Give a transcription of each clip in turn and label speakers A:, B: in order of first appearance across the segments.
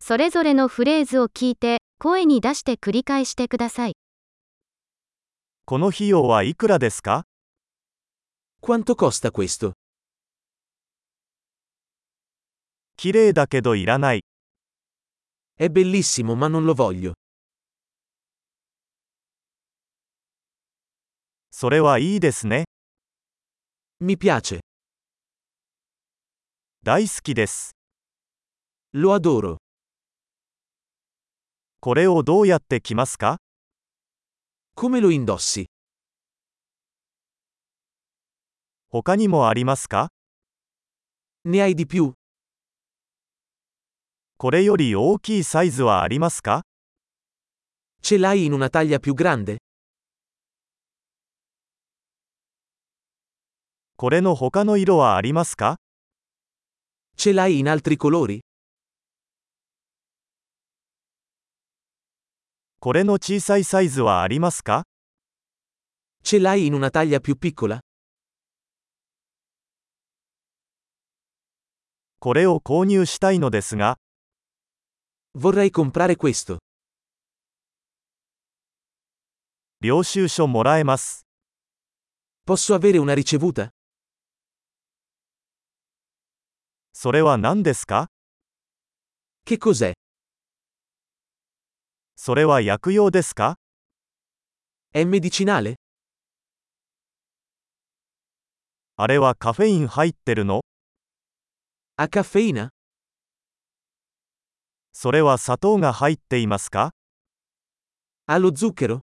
A: それぞれのフレーズを聞いて、声に出して繰り返してください。
B: この費用はいくらですか
C: Quanto costa questo?
B: 綺麗だけどいらない。
C: È bellissimo ma non lo voglio.
B: それはいいですね。
C: Mi piace.
B: 大好きです。
C: Lo adoro.
B: これをどうやって着ますか
C: Come lo indossi?
B: 他にもありますか
C: Ne hai di più?
B: これより大きいサイズはありますか
C: Ce l'hai in una taglia più grande?
B: これの他の色はありますか
C: Ce l'hai in altri colori?
B: これの小さいサイズはありますか
C: Ce l'hai in una taglia più piccola?
B: これを購入したいのですが、
C: Vorrei comprare questo.
B: 領収書もらえます。
C: Posso avere una ricevuta?
B: それは何ですか
C: Che cos'è?
B: それは薬用ですか
C: È medicinale?
B: あれはカフェイン入ってるの
C: Ha caffeina?
B: それは砂糖が入っていますか
C: Ha lo zucchero?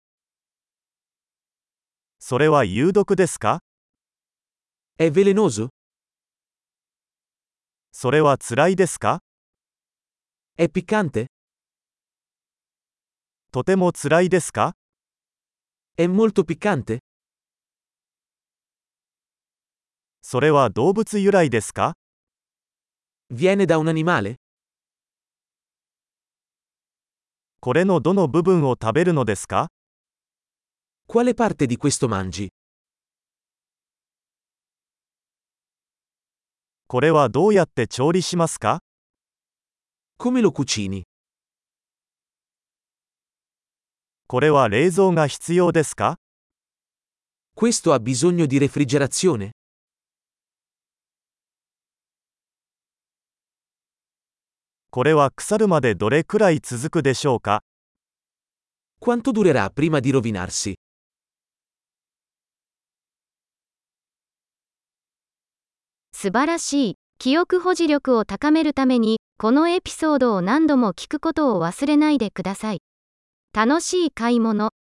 B: それは有毒ですか
C: È velenoso?
B: それは辛いですか
C: È piccante?
B: とても辛いですか
C: È molto piccante?
B: それは動物由来ですか
C: Viene da un animale?
B: これのどの部分を食べるのですか
C: Quale parte di questo mangi?
B: これはどうやって調理しますか
C: Come lo cucini?
B: これは冷蔵が必要ですか
C: Questo ha bisogno di refrigerazione?
B: これは腐るまでどれくらい続くでしょうか
C: Quanto durerà prima di rovinarsi?
A: 素晴らしい。記憶保持力を高めるために、このエピソードを何度も聞くことを忘れないでください。楽しい買い物。